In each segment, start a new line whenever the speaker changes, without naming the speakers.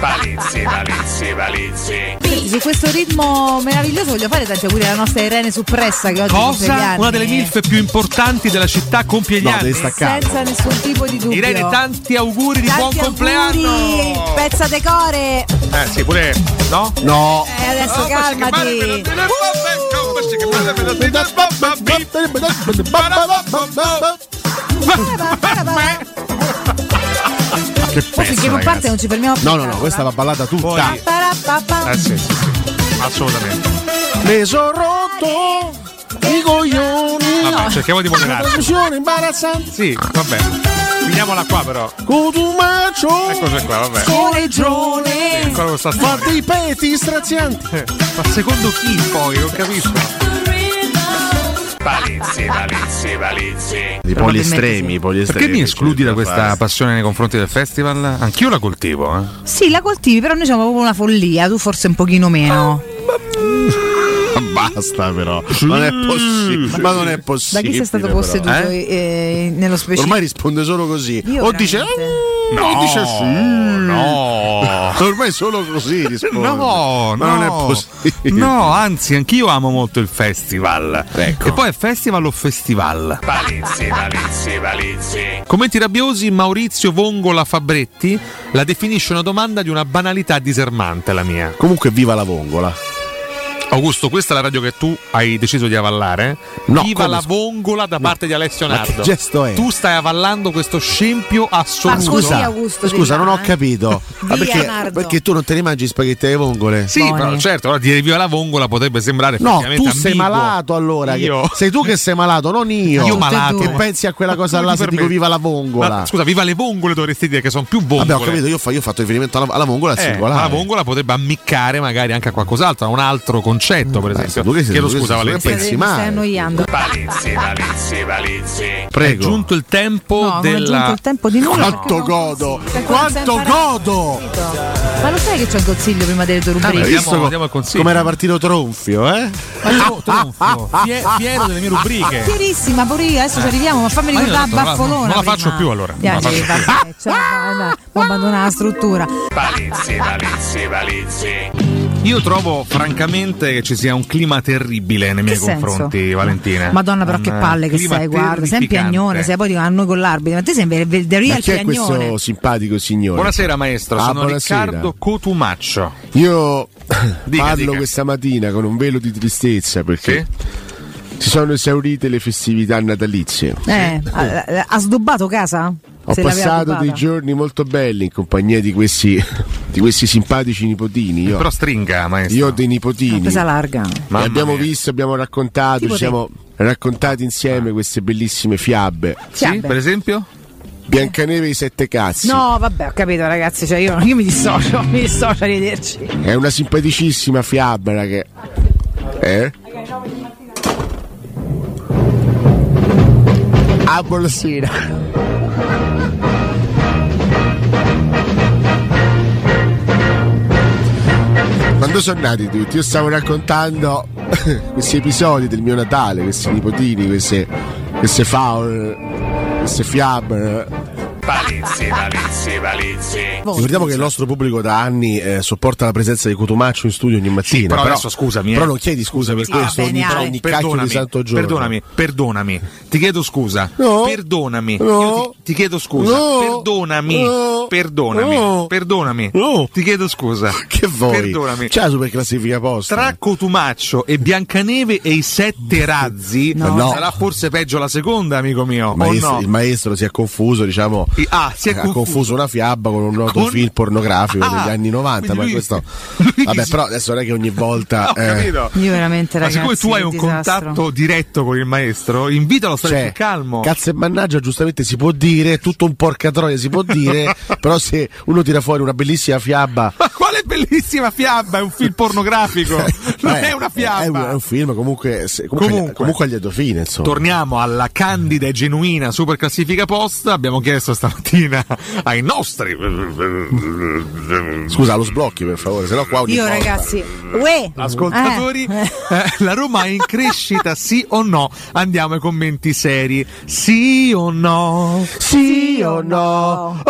Palizzi, palizzi, palizzi.
Su questo ritmo meraviglioso voglio fare tanti auguri alla nostra Irene Suppressa che oggi compie gli
Cosa?
anni.
Una delle milf più importanti della città compie gli
No,
anni.
devi staccare.
Senza nessun tipo di dubbio.
Irene, tanti auguri di
Tanti
buon compleanno!
auguri, Pezza decore.
Eh sì, pure. No?
No.
Eh, adesso calmati.
Che
Poi finché
pezzo,
non parte
ragazzi.
non ci fermiamo più.
No, no, no, questa va ballata tutta.
Poi-
Parapapà.
Eh sì, sì, sì. Assolutamente.
Mi sono rotto i coglioni.
Vabbè, cerchiamo di
La
moderarci.
trasmissione imbarazzante.
Sì, vabbè. Finiamola qua però.
Cotumaccio.
Eccoci qua, vabbè.
Colegione.
Ancora questa
Ma
storia.
dei peti strazianti.
Ma secondo chi poi? Non capisco.
Palizzi, palizzi, palizzi.
Di
Probabilmente estremi, sì.
Perché mi escludi da questa passione nei confronti del festival? Anch'io la coltivo, eh.
Sì, la coltivi, però noi siamo proprio una follia, tu forse un pochino
Ah.
meno.
Basta però. Non è possibile. Ma non è
da
possibile.
chi sei stato
però.
posseduto eh, nello specifico?
Ormai risponde solo così.
Io
o dice
veramente.
"Mm", o dice sì.
No.
Ormai solo così risponde.
No, no,
Ma non è possibile.
No, anzi, anch'io amo molto il festival.
Ecco.
Che poi è festival o festival.
Palizzi, palizzi, palizzi.
Commenti rabbiosi, Maurizio Vongola Fabretti la definisce una domanda di una banalità disarmante la mia.
Comunque viva la vongola.
Augusto, questa è la radio che tu hai deciso di avallare?
No,
Viva
come
la
scu-
vongola da parte di Alessio
Ma che
Nardo.
gesto è?
Tu stai avallando questo scempio
Ma
assoluto.
scusa,
Scusa,
Augusto,
scusa,
viva,
non ho
eh.
capito. Ma
Via,
perché,
Nardo.
perché tu non te ne mangi spaghetti alle vongole?
Sì,
Buoni.
però certo, allora dire viva la vongola potrebbe sembrare
No, tu
effettivamente
sei
ambiguo.
malato allora. che-
Io.
sei tu che sei malato, non io.
Tutte
Io
e
malato.
due.
Che pensi a quella cosa
Come
là
ti
se dico
permetti?
viva la vongola?
Ma, scusa, viva le vongole dovresti dire che sono più vongole.
Vabbè, ho capito, io, fa- io ho fatto riferimento alla, alla vongola al
Eh, ma
singolare.
la vongola potrebbe ammiccare magari anche a qualcos'altro, a un altro concetto, per esempio.
Mm, tu che sei-
Chiedo
tu che
scusa,
sei-
Valentina.
pensi
Stai- mi
male.
stai annoiando.
Palizzi, palizzi, palizzi.
Prego.
È giunto il tempo
No, non è
della
giunto il tempo di nulla.
Quanto
perché non-
godo!
perché non
Quanto
sei imparato.
godo!
Ma lo sai che c'è il consiglio prima delle tue
Vabbè,
rubriche?
andiamo-
Visto co-
andiamo al consiglio.
Come era partito Tronfio, eh?
Ma io tronfio, fie- fiero delle mie rubriche.
Fierissima, pure io, adesso ci arriviamo, ma fammi
Eh. Ma io
ricordare
tanto la-
Baffolona.
non la
prima.
faccio più, allora, non
Dai,
la faccio
vabbè, cioè, va- va- può abbandonare la struttura.
Palizzi, palizzi, palizzi.
Io trovo francamente che ci sia un clima terribile nei miei
Che senso?
confronti, Valentina.
Madonna, però che
Un, eh,
palle che
clima
sei, guarda. Sei un
terrificante.
piagnone, sei poi a noi con l'arbitro. Ma te sei ver- ver- the
Ma
real
chi è
piagnone.
questo simpatico signore?
Buonasera maestro,
Ah,
sono
buonasera.
Riccardo Cotumaccio.
Io
Dica,
parlo
dica.
questa mattina con un velo di tristezza perché si sono esaurite le festività natalizie.
Eh, ha, ha sdobbato casa?
Ho
Se l'aveva
passato
addobbata.
dei giorni molto belli in compagnia di questi, di questi simpatici nipotini. Io,
Però stringa, maestro.
io ho dei
Una
nipotini.
presa larga.
Li
Mamma
abbiamo
mia.
visto, abbiamo raccontato,
Tipo
ci siamo raccontati insieme queste bellissime fiabe.
Sì, per esempio?
Biancaneve e i sette cazzi.
No, vabbè, ho capito, ragazzi. Cioè, io, io mi dissocio, mi dissocio, arrivederci.
È una simpaticissima fiaba, raga. Eh? Ah, buonasera. Quando sono nati tutti, io stavo raccontando questi episodi del mio Natale, questi nipotini, queste, queste faul, queste fiabe.
Palizzi, palizzi, palizzi.
Ricordiamo che il nostro pubblico da anni eh, sopporta la presenza di Cotumaccio in studio ogni mattina.
però adesso scusami, eh.
Però non chiedi scusa per
Sì,
questo
va Ah, bene,
ogni,
Ale.
ogni cacchio
perdonami,
di santo giorno.
perdonami, perdonami, ti chiedo scusa,
No.
perdonami,
No.
Io ti, ti chiedo scusa,
No.
perdonami,
No.
perdonami,
No.
perdonami,
No.
ti chiedo scusa,
Che vuoi?
perdonami.
C'è la super classifica posta.
Tra Cotumaccio e Biancaneve e i sette razzi
No. No.
sarà forse peggio la seconda, amico mio,
Il maestro,
o no?
il maestro si è confuso, diciamo,
I- ah, si è
ha confuso.
confuso
una fiaba con un noto
Con-
film pornografico
Ah,
degli anni 90.
quindi
Ma
lui-
questo,
lui
vabbè,
si-
però adesso non è che ogni volta
Ho
eh,
capito.
Io veramente
Ma
ragazzi.
siccome tu hai
che
un
disastro.
contatto diretto con il maestro, invitalo a stare
cioè,
più calmo.
cazzo e mannaggia, giustamente si può dire tutto un porca troia, si può dire, però se uno tira fuori una bellissima fiaba.
Ma quale bellissima fiaba! È un film pornografico! Non è una fiaba!
Cioè, eh, È un, è un film, comunque, se- comunque,
Comunque.
comunque a lieto fine, insomma.
Torniamo alla candida e genuina super classifica posta. Abbiamo chiesto stamattina ai nostri. eh,
Scusa, lo sblocchi per favore, sennò qua ogni
Io
volta-
ragazzi, uè,
Ascoltatori,
Eh.
eh, la Roma è in crescita, sì o no? Andiamo ai commenti seri, sì o no?
Eh?
Sì o no?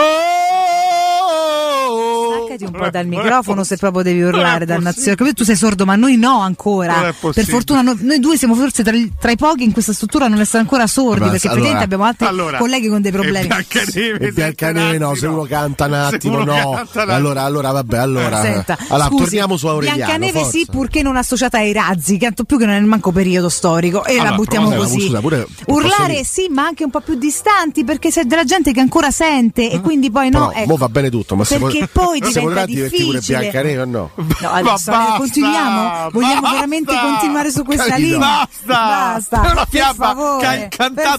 Oh!
staccati un po' dal microfono se proprio devi urlare dannazione. Capito? Tu sei sordo, ma noi no
Non
ancora.
è
Per
possibile.
fortuna no- noi due siamo forse tra, i- tra i pochi in questa struttura a non essere ancora sordi,
Vabbè,
perché
allora-
evidentemente abbiamo altri
Allora,
colleghi con dei
e
problemi.
Biancaneve,
E Biancaneve no, se uno canta un attimo
Esatto, uno
no.
canta un
Allora, allora, vabbè, allora.
Senta,
allora,
scusi,
torniamo su Aureliano.
Biancaneve
forza.
sì, purché non associata ai razzi, che tanto più che non è manco periodo storico e
Allora,
la buttiamo
provate-
così.
scusa, pure- posso
Urlare
dire-
sì, ma anche un po' più distanti, perché c'è della gente che ancora sente e quindi poi
Eh? Però,
no. ecco.
mo va bene tutto, ma se,
Perché
vol-
poi
se
diventa
vorrà divertirti pure
difficile.
Biancaneve o no?
No, adesso
basta,
continuiamo? Vogliamo
basta,
veramente continuare su questa
Carico.
linea?
Basta!
Basta!
È una
per
fiaba
favore,
che ha incantato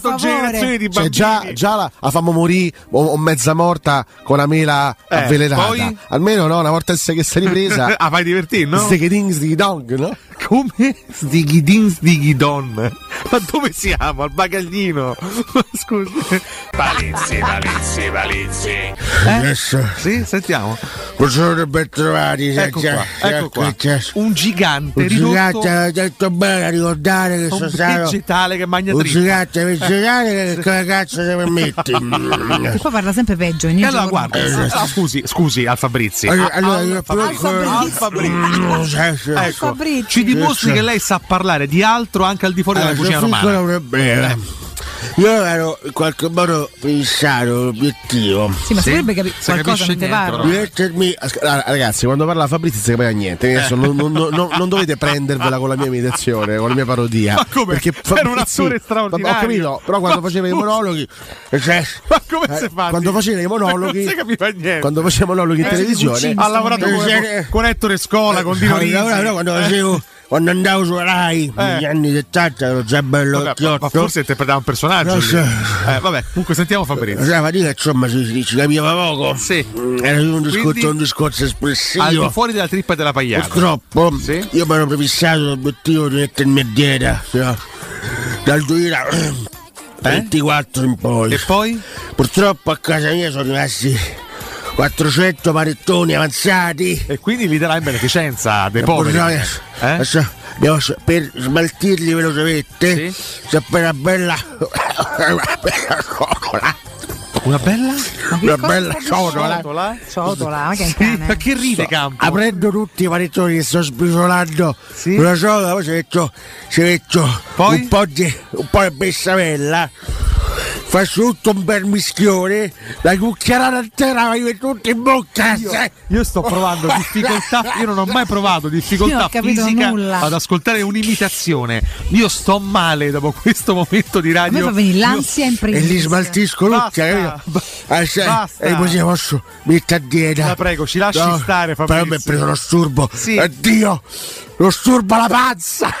per favore.
generazioni di
Cioè
bambini.
già, già la, la fammo morire o, o mezza morta con la mela
Eh,
avvelenata.
poi?
Almeno no, una volta che sei ripresa.
Ah, vai divertire, no?
Stegeding, stegedong, no?
Come Sdighidin Sdighidon? Ma dove siamo? Al bagaglino? Ma scusi.
Palizzi, palizzi, palizzi.
Sì, sentitiamo.
Buongiorno, bentrovati.
Ecco qua, ecco qua. Un gigante ridotto
ha detto bene a ricordare che
a un vegetale che mangia trippa.
gigante vegetariano che cosa cazzo se Mm, permetti?
Che poi parla sempre peggio ogni
E allora
giorno.
guarda, ah, scusi, scusi al Fabrizi.
Allora, allora, io
Alfa
Al Fabrizi.
Ecco,
Mm, Ecco,
Fabrizi.
ci dimostri che lei sa parlare di altro anche al di
Eh,
fuori della cucina romana.
romana. Io ero in qualche modo fissato l'obiettivo.
Sì, ma si dovrebbe capire
Se
qualcosa
capisce
non te
niente,
parla.
però.
Mettermi- asc- ah, Ragazzi, quando parla Fabrizio non si capiva niente. quindi adesso non, non- non- non- non dovete prendervela con la mia imitazione, con la mia parodia.
Ma come? Era un attore straordinario.
Vabbè, ho capito, però quando
Ma
faceva i
scusa.
monologhi. cioè,
Ma come
eh,
si fa?
Quando faceva i monologhi.
Non si capiva niente.
Quando faceva i monologhi in
Eh,
televisione.
Guccini,
ha lavorato
Eh,
con,
se-
con Ettore
Eh,
Scola, con Dino Risi. Eh,
Allora, allora, quando, facevo- quando andavo su Rai negli anni 70 ero già bello
Vabbè, ma, ma
occhiotto.
forse interpretava un personaggio.
Non
lì.
so.
Eh, vabbè, comunque sentiamo Fabrizio.
Faceva fatica, insomma, si, si- si capiva poco.
Sì.
Mm, Era un discorso,
Quindi-
un discorso
Al di
espressivo.
fuori della trippa e della pagliata.
Purtroppo
Sì.
io mi ero prefissato l'obiettivo di mettermi a dieta cioè, dal 2024 in poi.
Eh? E poi?
Purtroppo a casa mia sono rimasti 400 panettoni avanzati.
E quindi li darà in beneficenza dei poveri.
Portare-
Eh?
adesso devo s- per smaltirli velocemente c'è per una bella una bella ciotola
Una bella?
una bella ciotola
Ciotola?
Ciotola, ma che è un
Sì, ma
cane.
che ride campo?
aprendo tutti i panettoni che sto sbriciolando
Sì.
una ciotola poi ci metto, ci metto
Poi?
un po' di un po' di bessamella faccio tutto un bel mischione la cucchiarata intera mi metto tutto in bocca sì.
Io sto provando difficoltà, io non ho mai provato
Io
difficoltà
ho capito
fisica
nulla.
ad ascoltare un'imitazione. Io sto male dopo questo momento di
A me
radio.
fa venire l'ansia in
e li
primis.
smaltisco tutti,
Basta,
capito?
ba-
Ah, sai,
basta.
E così posso mettere a dieta.
La prego, ci lasci stare, Fabrizio.
Però mi ha preso lo sturbo.
Sì.
Addio! Lo sturbo alla panza!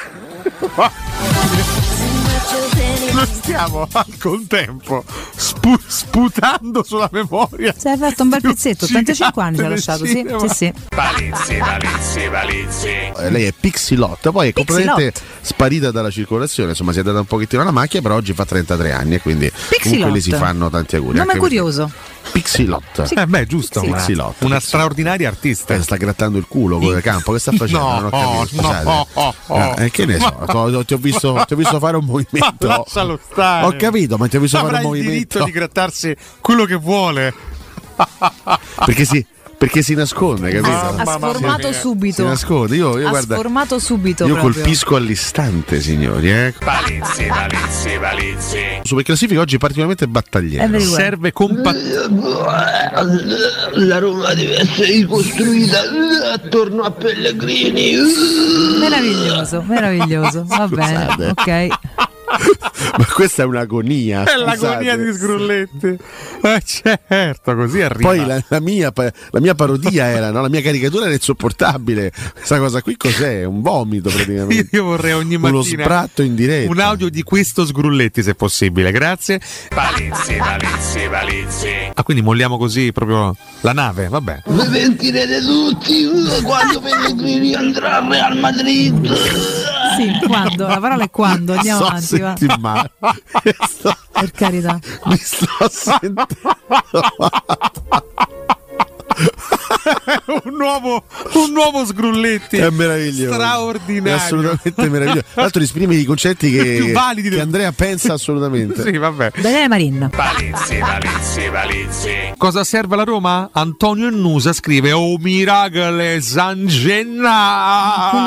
Lo stiamo al contempo spu- sputando sulla memoria.
Si è fatto un bel pezzetto, 85 anni ci ha
Gigante
lasciato,
del
sì,
cinema.
sì, sì.
Palizzi, palizzi, palizzi.
Eh, lei è Pixilot, poi è
Pixie
completamente
Lot.
sparita dalla circolazione, insomma si è data un pochettino alla macchia, però oggi fa 33 anni e quindi
Pixie
comunque
Lot.
le si fanno tanti auguri.
Nome
anche
curioso.
perché- Pixilot.
Eh beh, giusto, una,
Pixilot.
una straordinaria artista.
Eh, sta grattando il culo con il campo, che sta facendo?
No,
non ho capito,
no,
scusate.
no, no.
Eh, che ne so, to- ti, ho visto, ti ho visto fare un movimento.
Ma lascialo stare.
Ho capito, ma ti ho visto
Avrà
fare
il
un movimento.
diritto di grattarsi quello che vuole.
Perché si, perché si nasconde, capito?
Ah, Ha
Mamma
sformato
mia.
Si
subito.
nasconde. Io, io
Ha
guarda,
sformato subito.
io
proprio.
colpisco all'istante, signori. Eh.
Palizzi, palizzi, palizzi.
Super classifica oggi particolarmente
È
battagliera.
vero.
Serve compatto.
La Roma deve essere ricostruita eh, attorno a Pellegrini. eh,
Meraviglioso, meraviglioso. Va bene, ok.
Ma questa è un'agonia.
È
scusate.
l'agonia di sgrulletti. Eh, certo, così arriva.
Poi la, la mia, pa- la mia parodia era, no? la mia caricatura era insopportabile. Questa cosa qui cos'è? Un vomito
Io,
praticamente.
io vorrei ogni mattina
Uno sbratto in diretta.
un audio di questo sgrulletti, se possibile, grazie.
Palizzi, palizzi, palizzi.
Ah, quindi molliamo così proprio la nave, vabbè.
Vi pentirete tutti eh, quando Pellegrini andrà al Real Madrid. eh,
Sì, quando? La parola è quando. Andiamo
Sto
avanti, va.
senti male. Sto-
Per carità.
mi sto sentendo.
un, nuovo, un nuovo sgrulletti.
È meraviglioso.
Straordinario.
È assolutamente meraviglioso. Tra l'altro esprime i concetti che,
Più validi
che
del-
Andrea pensa assolutamente.
Sì, vabbè.
Daniele Marin.
Palizzi, palizzi, palizzi.
Cosa serve alla Roma? Antonio Ennusa scrive Oh miracle San Gennaro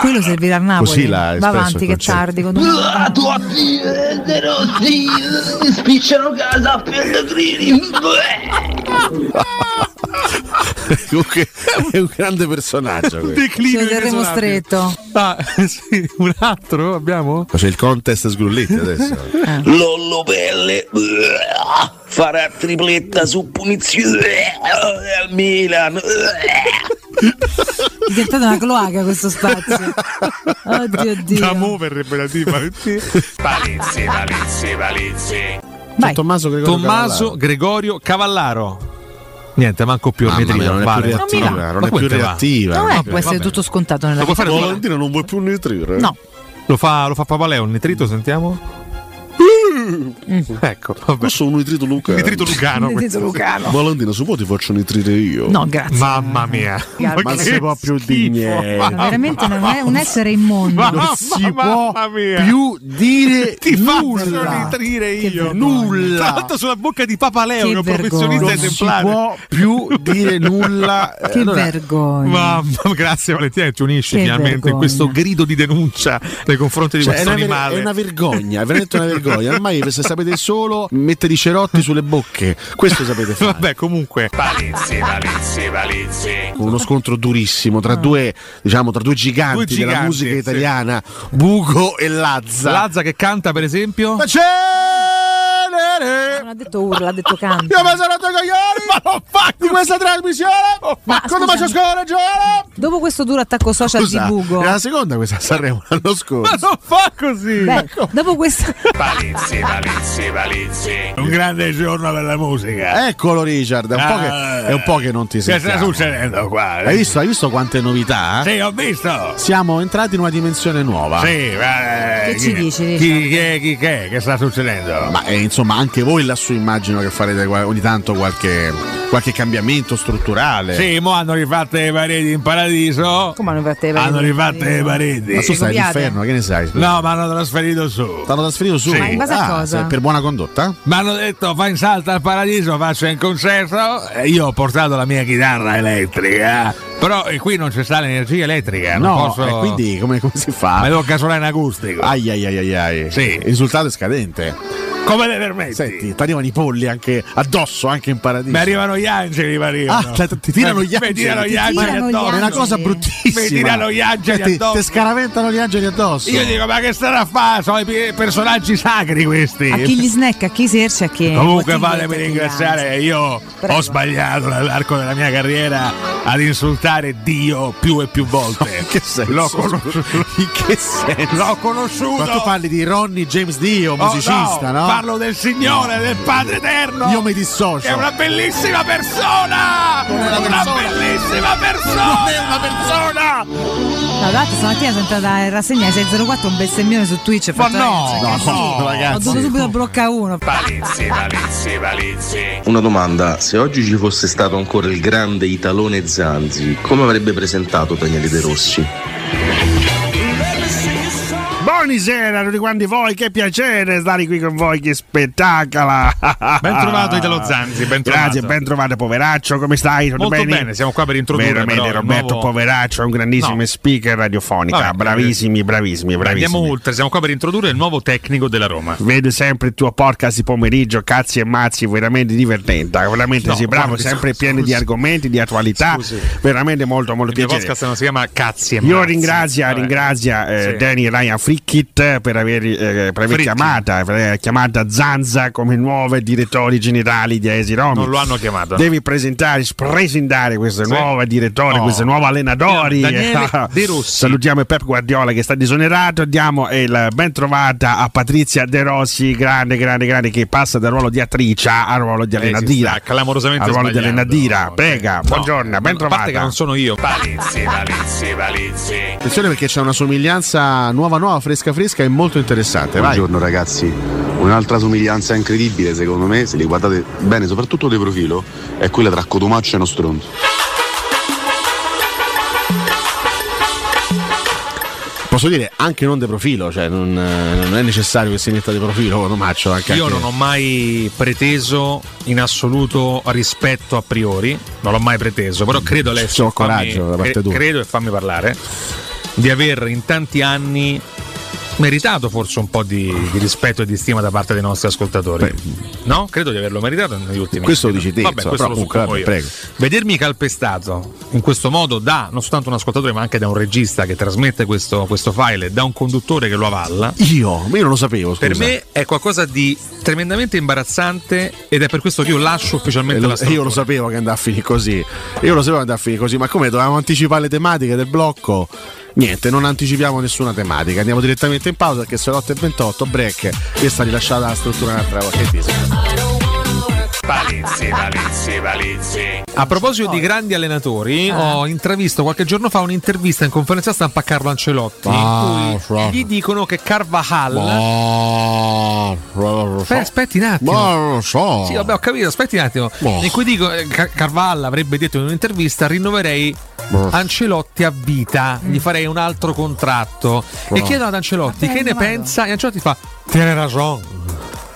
Quello servirà a Napoli.
Così l'ha
Va
espresso
avanti,
il
che è
concetto.
tardi. Con un...
La tua figlia De Rossi eh, spicciano casa a Pellegrini. eh.
Comunque è un grande personaggio. questo.
Ci
Declino
vedremo
inesorabile.
stretto.
Ah, sì, un altro abbiamo?
C'è Cioè, il contest sgrulletti adesso.
Lollo Pelle farà tripletta su punizione al Milan.
È diventata una cloaca questo spazio. Oddio,
Da
oddio.
mo verrebbe da dire ma-
Palizzi, palizzi, palizzi.
Vai.
Cioè, Tommaso Gregorio
Tommaso
Cavallaro.
Gregorio Cavallaro Niente, manco più a
Mamma mia,
Medrino
non è più
vale.
Non mi
reattiva,
va. Ma
non è più
quel te va.
reattiva.
No, eh, può
va
essere
bene.
tutto scontato nella
Lo può
vita.
fare Valentino?
Valentino non vuoi più nutrire.
No,
Lo fa, lo fa Papaleo, un nitrito, sentiamo?
Mm.
Ecco, vabbè.
Questo è un nitrito Luca.
Nitrito Lucano. questo.
Valentino, se vuoi ti faccio nitrire io.
no, grazie.
Mamma mia.
Ma
non
che
si può più dire
schifo.
niente.
Ma veramente non è un essere immondo.
Ma-
Non si può
Mamma mia.
più dire
Ti faccio
nulla.
ritrire
Che
io.
vergogna.
Tra
Nulla.
l'altro sulla bocca di Papa Leo,
Che
che è un
vergogna.
professionista
Non si
esemplare.
può più dire nulla. Eh,
Che
allora,
vergogna.
Mamma, grazie Valentina, ci unisci
Che
finalmente in
vergogna.
questo grido di denuncia nei confronti di
cioè, è,
questo
una ver-
animale.
è una vergogna, è veramente una vergogna. Ormai se sapete solo mettere i cerotti sulle bocche, questo sapete fare.
Vabbè, comunque,
Palizzi, palizzi, palizzi.
Con uno scontro durissimo tra due, diciamo, tra due giganti,
Due
della
giganti,
musica
sì.
italiana, Bugo e Lazza.
Lazza che canta, per esempio.
Ma
Non
cenere!
ha detto urla, ha detto canto.
Io mi sono rotto i coglioni! Ma non di questa trasmissione!
Ma scusami.
quando faccio scoraggiare!
Dopo questo duro attacco social
Scusa,
di Bugo.
Era la seconda questa a Sanremo l'anno
Ma
scorso.
non fa così!
Beh, dopo questo
Palizzi, palizzi, palizzi.
Un grande giorno per la musica.
Eccolo Richard, è un, po
Eh.
che, è un po' che non ti sentiamo.
succedendo qua?
Hai visto, hai visto quante novità?
Sì, ho visto.
Siamo entrati in una dimensione nuova.
Sì, eh,
che ci dici? dici?
Chi, che, chi che? Che sta succedendo?
Ma eh, insomma, anche voi lassù immagino che farete qua- ogni tanto qualche, qualche cambiamento strutturale.
Sì, mo hanno rifatto le pareti in paradiso.
Come hanno rifatto le pareti?
Hanno rifatto le
Ma
pareti.
tu stai
copiate?
all'inferno, che ne sai?
No, ma hanno trasferito su.
T'hanno trasferito su.
Ma in base a
Ah,
cosa?
se- Per buona condotta?
Mi hanno detto fa in salta al paradiso, faccio un concerto. E io ho portato la mia chitarra elettrica. Però eh, qui non c'è sta l'energia elettrica.
no,
non posso...
eh, quindi Ah, come, come si fa?
Ma devo casolare in acustico.
Ai ai ai ai ai.
Sì.
Il risultato è scadente.
Come le permetti?
Senti, ti arrivano i polli anche addosso, anche in paradiso.
Mi arrivano gli angeli, mi arrivano.
Ah, cioè, ti tirano gli
Mi
angeli.
tirano
Ti
gli angeli
tirano gli
addosso.
È una cosa
angeli.
bruttissima.
Mi tirano gli angeli
Cioè, ti-
addosso.
Ti scaraventano gli angeli addosso.
Io dico, ma che starà a fare? Sono i pi- personaggi sacri questi.
A chi gli snack, a chi serce, a chi.
Comunque
motivo
fatemi
per
ringraziare, io
Prego.
ho sbagliato nell'arco della mia carriera ad insultare Dio più e più volte.
In che senso?
L'ho conosciuto.
In che senso?
L'ho conosciuto.
Ma tu parli di Ronnie James Dio,
Oh,
musicista, no?
Parlo del Signore, del Padre Eterno.
Io mi
che è
dissocio.
una bellissima persona!
Non è una persona.
bellissima persona!
Non è una persona!
tra l'altro stamattina sono entrata in rassegna ai 604 un bestemmione su Twitch. ho
Ma
fatto,
no,
ragazzi,
no,
cazzo,
ragazzi.
Ho dovuto subito bloccare uno.
Palizzi, palizzi, palizzi.
Una domanda, se oggi ci fosse stato ancora il grande Italone Zanzi, come avrebbe presentato Daniele De Rossi?
Buonasera a tutti quanti voi, che piacere stare qui con voi, che spettacola!
Ah,
Ben trovato, Italo Zanzi, ben trovato.
Grazie, ben trovato poveraccio, come stai? Tutto
Molto bene, siamo qua per introdurre
Veramente
però il
Roberto
nuovo-
Poveraccio è un grandissimo
No.
speaker radiofonica,
Vabbè,
bravissimi, bravissimi, bravissimi.
Andiamo oltre, siamo qua per introdurre il nuovo tecnico della Roma.
Vedo sempre il tuo podcast di pomeriggio, cazzi e mazzi, veramente divertente, veramente
No,
sì, bravo,
guardi,
sempre
scusi,
pieno di argomenti, di attualità, veramente molto molto
Il mio
piacere.
podcast non si chiama Cazzi e
Io
Mazzi.
ringrazio,
Vabbè.
ringrazio eh,
Sì.
Danny Ryan Frickit per aver, eh, per aver
Frickit.
chiamata, per aver chiamata Zanza come nuovo direttore generale di Aesi Romi.
Non lo hanno chiamato.
Devi presentare, presentare questo
Sì.
nuovo direttore,
No.
questo nuovo allenatore.
Daniele De Rossi.
Salutiamo Pep Guardiola che sta disonerato. Diamo il ben trovata a Patrizia De Rossi, grande, grande, grande, che passa dal ruolo di attrice al ruolo di
Eh, si
allenadira.
sta clamorosamente
al ruolo di
sbagliando.
allenadira. Prega, buongiorno, ben
A parte che
trovata.
non sono io.
Palizzi, palizzi, palizzi.
Attenzione perché c'è una somiglianza nuova, nuova, fresca, fresca e molto interessante. Vai.
Buongiorno ragazzi, un'altra somiglianza incredibile secondo me, se li guardate bene, soprattutto di profilo, è quella tra Cotumaccio e uno stronzo.
Posso dire anche non de profilo, cioè non, eh, non è necessario che si metta de profilo Tomaccio. Anche
Io
anche-
non ho mai preteso in assoluto rispetto a priori, non l'ho mai preteso, però credo Alessio,
C'ho coraggio da parte
cre-
tua.
credo e fammi parlare, di aver in tanti anni meritato forse un po' di, di rispetto e di stima da parte dei nostri ascoltatori. no? Credo di averlo meritato negli ultimi
Questo lo
anni.
dici te,
Vabbè,
insomma,
questo
però
lo
comunque,
suppongo
vabbè,
io. Vedermi calpestato in questo modo da non soltanto un ascoltatore ma anche da un regista che trasmette questo, questo file, e da un conduttore che lo avalla.
Io? Ma io non lo sapevo. Scusa.
Per me è qualcosa di tremendamente imbarazzante ed è per questo che io lascio
E
ufficialmente
Eh, lo-
la
e io
struttura.
lo sapevo che andava a finire così. Io lo sapevo che andava a finire così, ma come dovevamo anticipare le tematiche del blocco? Niente, non anticipiamo nessuna tematica. Andiamo direttamente in pausa perché sono le 8 e 28 break e sta rilasciata la struttura un'altra volta. Che dici?
Palizzi, palizzi, palizzi.
A proposito di grandi allenatori, ho intravisto qualche giorno fa un'intervista in conferenza stampa a Carlo Ancelotti in cui gli dicono che Carvajal Oh. Beh, aspetti un attimo.
Ma non lo so.
Sì, vabbè, ho capito, aspetti un attimo.
Boh.
In cui dico eh, Ca- Carvalla avrebbe detto in un'intervista rinnoverei
Boh.
Ancelotti a vita, gli farei un altro contratto. E
Boh.
chiedono ad Ancelotti
Vabbè,
che ne
domanda.
pensa e Ancelotti fa Tiene ragione.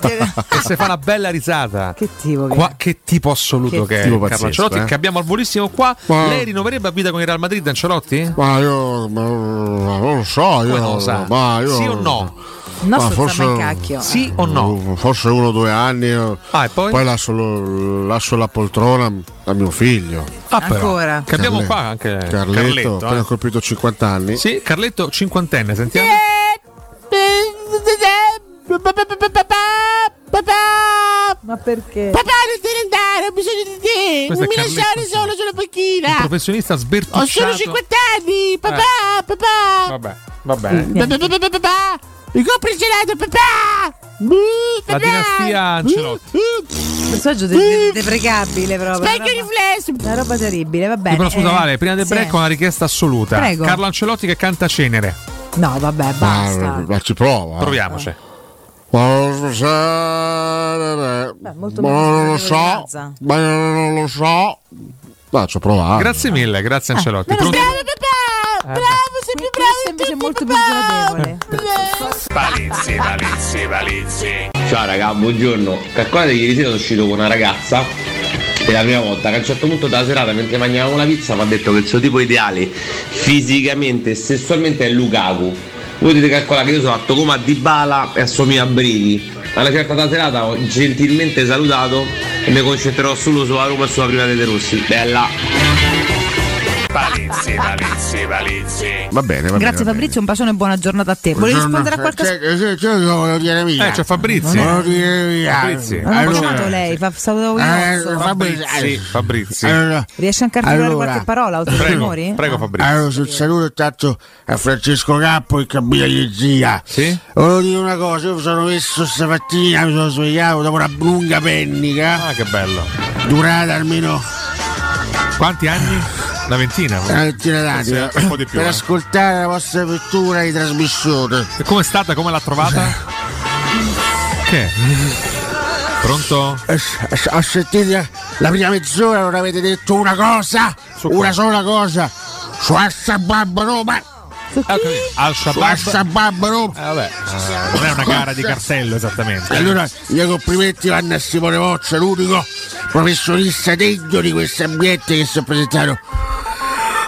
e se fa una bella risata. Che
tipo
che, tipo assoluto
Che
che, è
tipo
Carlo
pazzesco,
Ancelotti
eh.
che abbiamo al volissimo qua.
Ma-
Lei rinnoverebbe a vita con il Real Madrid Ancelotti?
Ma io ma non lo so, io
Come non lo sa?
ma io-
Sì o no?
No,
Ma
forse...
forse-
cacchio.
Sì o no?
Forse uno o due anni.
Ah, e poi?
lascio, lo- lascio la poltrona a mio figlio.
Ah, però.
Ancora.
Che abbiamo
Carletto.
qua anche
Carletto,
Carletto, eh.
appena colpito 50 anni.
Sì, Carletto cinquantenne, sentiamo.
Ma perché?
non te ne andare, ho bisogno di te! non
Questo è
mi
Carletto.
lasciare solo sulla
Un
panchina!
professionista sbertucciato.
Ho solo 50 anni! Papà, papà! Mm.
Vabbè, vabbè.
Papà, papà, papà, papà! Mi compri il gelato, papà! Uh,
La dinastia Ancelotti.
Un personaggio de- de- deprecabile proprio. Una
Specchio
roba- Una roba terribile, va bene.
Però scusa
eh,
Vale, prima del
sì.
break ho una richiesta assoluta.
Prego.
Carlo Ancelotti che canta Cenere.
Oh.
No, vabbè,
Ma,
basta.
ma ci eh. prova.
Proviamoci.
Oh.
Ma non lo so, ma
molto
non lo
meno
so,
significativo
ma non lo so. Ma ci ho provato.
Grazie mille,
Ah,
grazie Ancelotti. Pronti?
Bravo, papà! Bravo, sei
Eh,
più bravo di
Invece è
tutti,
molto più gradevole.
papà!
Palizzi, palizzi, palizzi.
Ciao raga, buongiorno. Calcolate che ieri sera sono uscito con una ragazza per la prima volta, che a un certo punto della serata mentre mangiavamo la pizza mi ha detto che il suo tipo ideale fisicamente e sessualmente è Lukaku. Voi dovete calcolare che io sono atto come a Dybala e assomiglio a Brighi. Alla certa della serata ho gentilmente salutato e mi concentrerò solo sulla Roma e sulla prima dei Rossi. Bella!
Palizzi, palizzi, palizzi.
Va bene, va bene,
Grazie
va bene.
Fabrizio, un bacione e buona giornata a te. Volevi rispondere a
Cioè,
qualcosa?
C'è, c'è, c'è, volevo dire via.
Eh, c'è Fabrizi.
Volevo dire via.
Fabrizi.
Non ho
Allora,
chiamato lei, fa salutavo
eh,
io.
Fabrizi.
Fabrizi.
Allora,
Riesci anche a articolare
Allora.
qualche parola oltre ai
Prego,
rumori?
Ah.
prego Fabrizio.
allora eh, sul saluto intanto a Francesco Cappo e Camilla di zia.
Sì?
Volevo dire una cosa, io mi sono messo stamattina, mi sono svegliato dopo una lunga pennica,
Ah, che bello.
durata almeno
Quanti anni? Una ventina.
Una ventina d'anni,
Forse Un po' di più.
per
eh.
ascoltare la vostra vettura di trasmissione.
E com'è stata? Come l'ha trovata?
Eh.
Che? Pronto?
Ho eh, sentito la prima mezz'ora, non avete detto una cosa, una sola cosa. Su Assabab Roma.
Al
Su
Shabab.
Assabab Roma.
vabbè. Eh, non è una gara di cartello esattamente.
Allora, i miei complimenti vanno a Simone Mozza, l'unico professionista degno di questo ambiente che si è presentato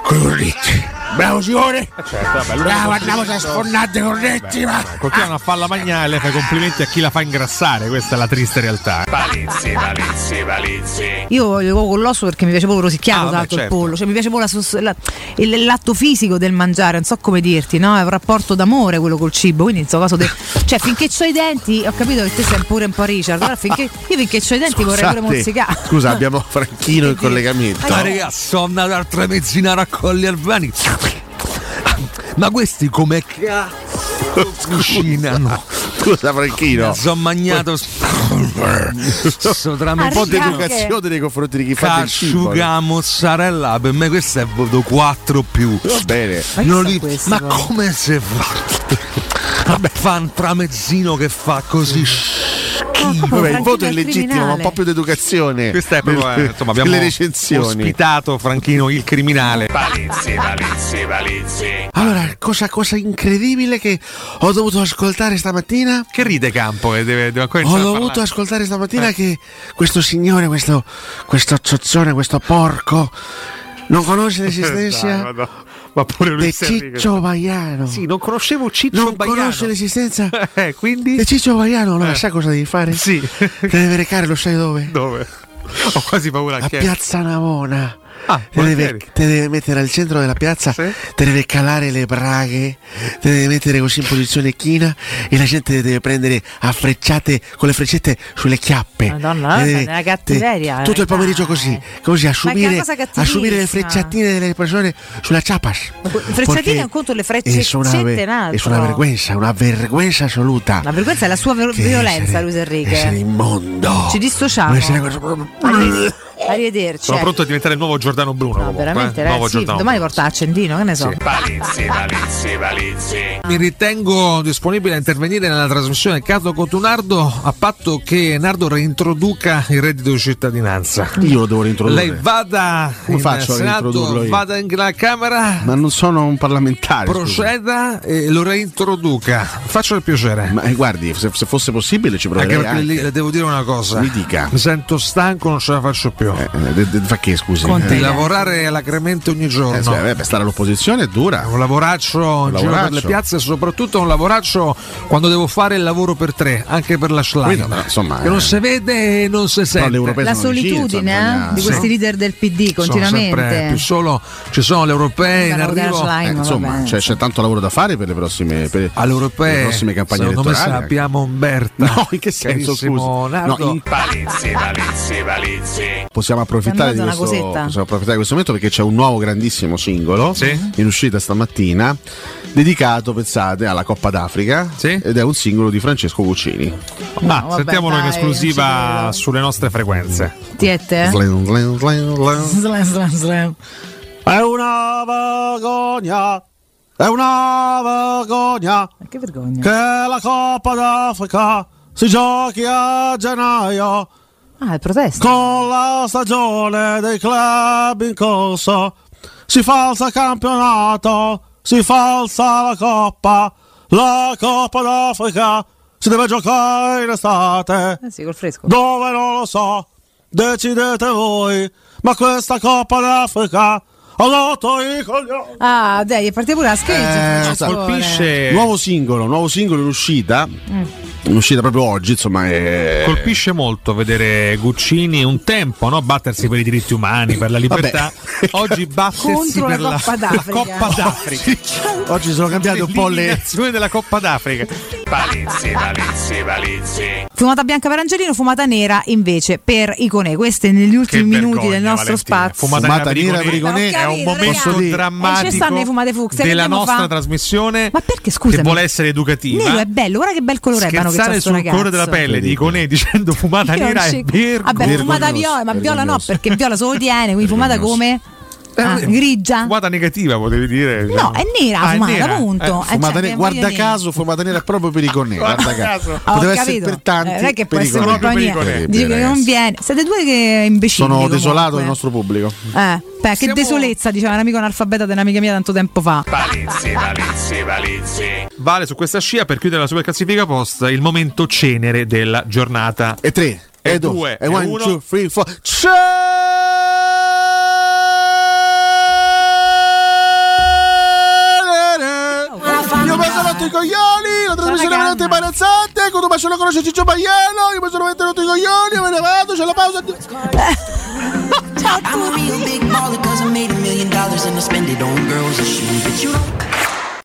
con i cornetti. Bravo Simone!
Eh, certo,
Bravo, andiamo a sfornare i cornetti, ma...
Coltiva una falla magnale, fai complimenti a chi la fa ingrassare, questa è la triste realtà.
Ah,
Palizzi, palizzi, palizzi.
Io voglio l'uovo con l'osso perché mi piace proprio rosicchiato
Ah,
tra
beh,
l'altro
certo.
il pollo, cioè mi piace proprio la sos- la- il l'atto fisico del mangiare, non so come dirti, no? È un rapporto d'amore quello col cibo, quindi in so caso de- cioè finché ho i denti, ho capito che te sei pure un po' Richard, allora finché io finché ho i denti vorrei pure mozzicare.
Scusa, abbiamo Franchino in collegamento.
Ma Ah, ragazzi, sono andato altra mezzina a raccogliere albani. Ma questi come cazzo cucinano?
Ah, Scusa, Franchino.
Sono magnato. Sto tra
un po' di educazione nei confronti di chi fa del cibo. eh.
Casciuga, mozzarella, per me questo è voto 4 più.
Va bene.
Ma,
Ma
non
chi
li-
fa questo,
ma
però?
come si fa? Vabbè, fa un tramezzino che fa così. schifo.
Vabbè, il voto è legittimo, ma un po' più di educazione.
Questa è proprio,
Nelle-
eh, insomma, abbiamo
nelle recensioni.
ospitato Franchino il criminale.
Palizzi, palizzi, palizzi.
Allora, cosa, cosa incredibile che ho dovuto ascoltare stamattina?
Che ride campo e deve, deve ancora
Ho
iniziare a
dovuto
parlare.
ascoltare
Eh.
stamattina che questo signore, questo, questo zozzone, questo porco, non conosce
Dai,
l'esistenza
madonna. ma pure lui
di
si ride.
Ciccio Baiano.
Sì, non conoscevo Ciccio
non
Baiano.
conosce l'esistenza
Eh, quindi? Eh.
di Ciccio Baiano. Allora, sai cosa devi fare?
Sì.
Te devi recare, lo sai dove?
Dove? Ho quasi paura
A
che
Piazza Navona.
Ah,
Te deve,
volentieri.
te deve mettere al centro della piazza, te deve calare le braghe, te deve mettere così in posizione china e la gente te deve prendere a frecciate con le freccette sulle chiappe.
Madonna,
Te
eh,
deve-
ma è una cattiveria, eh.
te- tutto il
dai.
pomeriggio così, così assumire,
cosa cattivissima.
assumire le frecciatine delle persone sulla chiapas.
Frecciatine è un conto, le
frecciatine
freccette è un altro.
È una vergogna, una vergogna assoluta.
La vergogna è la sua ver-
Che
violenza,
essere-
Luis
Essere
Enrique.
immondo.
Ci dissociamo.
Ma essere cosa-
Arrivederci. Arrivederci.
sono
eh.
pronto a diventare il nuovo Giordano Bruno.
No,
comunque,
veramente,
eh.
ragazzi,
nuovo
sì,
Giordano.
domani porta l'accendino, che ne so.
Palizzi, palizzi, palizzi.
Mi ritengo disponibile a intervenire nella trasmissione Caso Cotunardo a patto che Nardo reintroduca il reddito di cittadinanza.
Io lo devo reintrodurre.
Lei vada
Come
in
faccio a reintrodurlo
Senato,
io?
vada in la Camera,
Ma non sono un parlamentare. scusa.
proceda e lo reintroduca. Faccio il piacere.
Ma eh, guardi, se, se fosse possibile ci proverei
Anche perché
anche.
lì le devo dire una cosa.
Mi dica.
Mi sento stanco, non ce la faccio più.
Eh, de- de- fa che scusi?
Di
Eh,
lavorare alacremente ogni
eh, sì,
giorno.
beh, beh, stare all'opposizione è dura.
Un lavoraccio in giro per le piazze, soprattutto un lavoraccio quando devo fare il lavoro per tre, anche per la
Quindi,
slime.
no, insomma, eh.
Che non si vede e non si sente.
La solitudine eh, di questi leader del PD
Sono sempre
continuamente.
più solo, ci sono le europee in
Vengono dalla
arrivo.
slime, Eh, insomma,
Insomma, cioè, c'è tanto lavoro da fare per le prossime, per le
all'europea
prossime campagne
secondo me
elettorali. anche.
sappiamo Umberta
No, in che senso,
Carissimo
scusi?
Nardo.
No, in-
Palizzi, palizzi, palizzi.
Possiamo approfittare, di
Ti hanno
questo,
dato una cosetta?
possiamo approfittare di questo momento perché c'è un nuovo grandissimo singolo in uscita stamattina dedicato, pensate, alla Coppa d'Africa ed è un singolo di Francesco Guccini.
Ah, sentiamolo in esclusiva sulle nostre frequenze.
Tiette.
Slam, slam, slam, slam.
Slam, slam, slam.
È una vergogna, è una vergogna.
Che vergogna.
Che la Coppa d'Africa si giochi a gennaio.
Ah, è protesta.
Con la stagione dei club in corso si falsa il campionato, si falsa la Coppa. La Coppa d'Africa si deve giocare in estate.
Eh sì, col fresco.
Dove non lo so, decidete voi. Ma questa Coppa d'Africa ha rotto i coglioni.
Ah, dai, è partita pure la scheggia.
esatto.
Eh.
colpisce nuovo singolo, nuovo singolo in uscita.
Mm.
In uscita proprio oggi, insomma, è...
Colpisce molto vedere Guccini un tempo no? battersi per i diritti umani, per la libertà. Oggi battersi
Contro la
per la,
Coppa d'Africa.
Coppa d'Africa.
Oggi sono cambiate un po' le
azioni della Coppa d'Africa.
Palizzi, palizzi, palizzi.
Fumata bianca per Angelino, fumata nera invece per Iconè. Queste negli ultimi minuti del nostro spazio.
Fumata, nera per
Ma
Iconè
ho
è un
capito,
momento
ragazzi. Eh, ci
drammatico
stanno le fumate fucsia, che
della
abbiamo
nostra
fa?
trasmissione
Ma perché scusa?
che vuole essere educativa.
Nero è bello, guarda che bel colore è Bano che c'ha
Scherzare
sto
sul
ragazzo.
colore della pelle di Iconè dicendo fumata
Io non
nera è
ci-
vergognoso.
Vabbè, fumata viola, ma viola no, perché viola solo tiene, quindi fumata come?
Eh,
Ah, grigia.
Fumata negativa, potevi dire.
No, è nera,
Ah, è
fumata,
nera.
punto.
Eh,
Eh,
fumata
cioè,
nera,
che
guarda
voglio dire.
caso formata nera è proprio pericone guarda
Ho
caso
capito.
poteva essere per tanti
Eh, non è che può essere
pericoli.
compagnia. Dico
Terribile,
che non
eh, ragazzi.
viene. Siete due che imbecilli.
sono
comunque.
desolato del nostro pubblico
Eh, beh, che desolezza, diceva un amico analfabeta di un'amica mia tanto tempo fa.
Palizzi, palizzi, palizzi.
Vale su questa scia per chiudere la super classifica post il momento cenere della giornata.
E tre,
e,
e due,
due,
e one,
uno.
two, three, four.
Io mi sono rotto i coglioni, la trasmissione è veramente imbarazzante,
ecco,
con un bacio lo conosce Ciccio Baiello, io mi sono veramente rotto i coglioni, me ne vado, c'è la pausa.
I'm a real big baller cause I made a million dollars and I spend it on girls and shoes. But you don't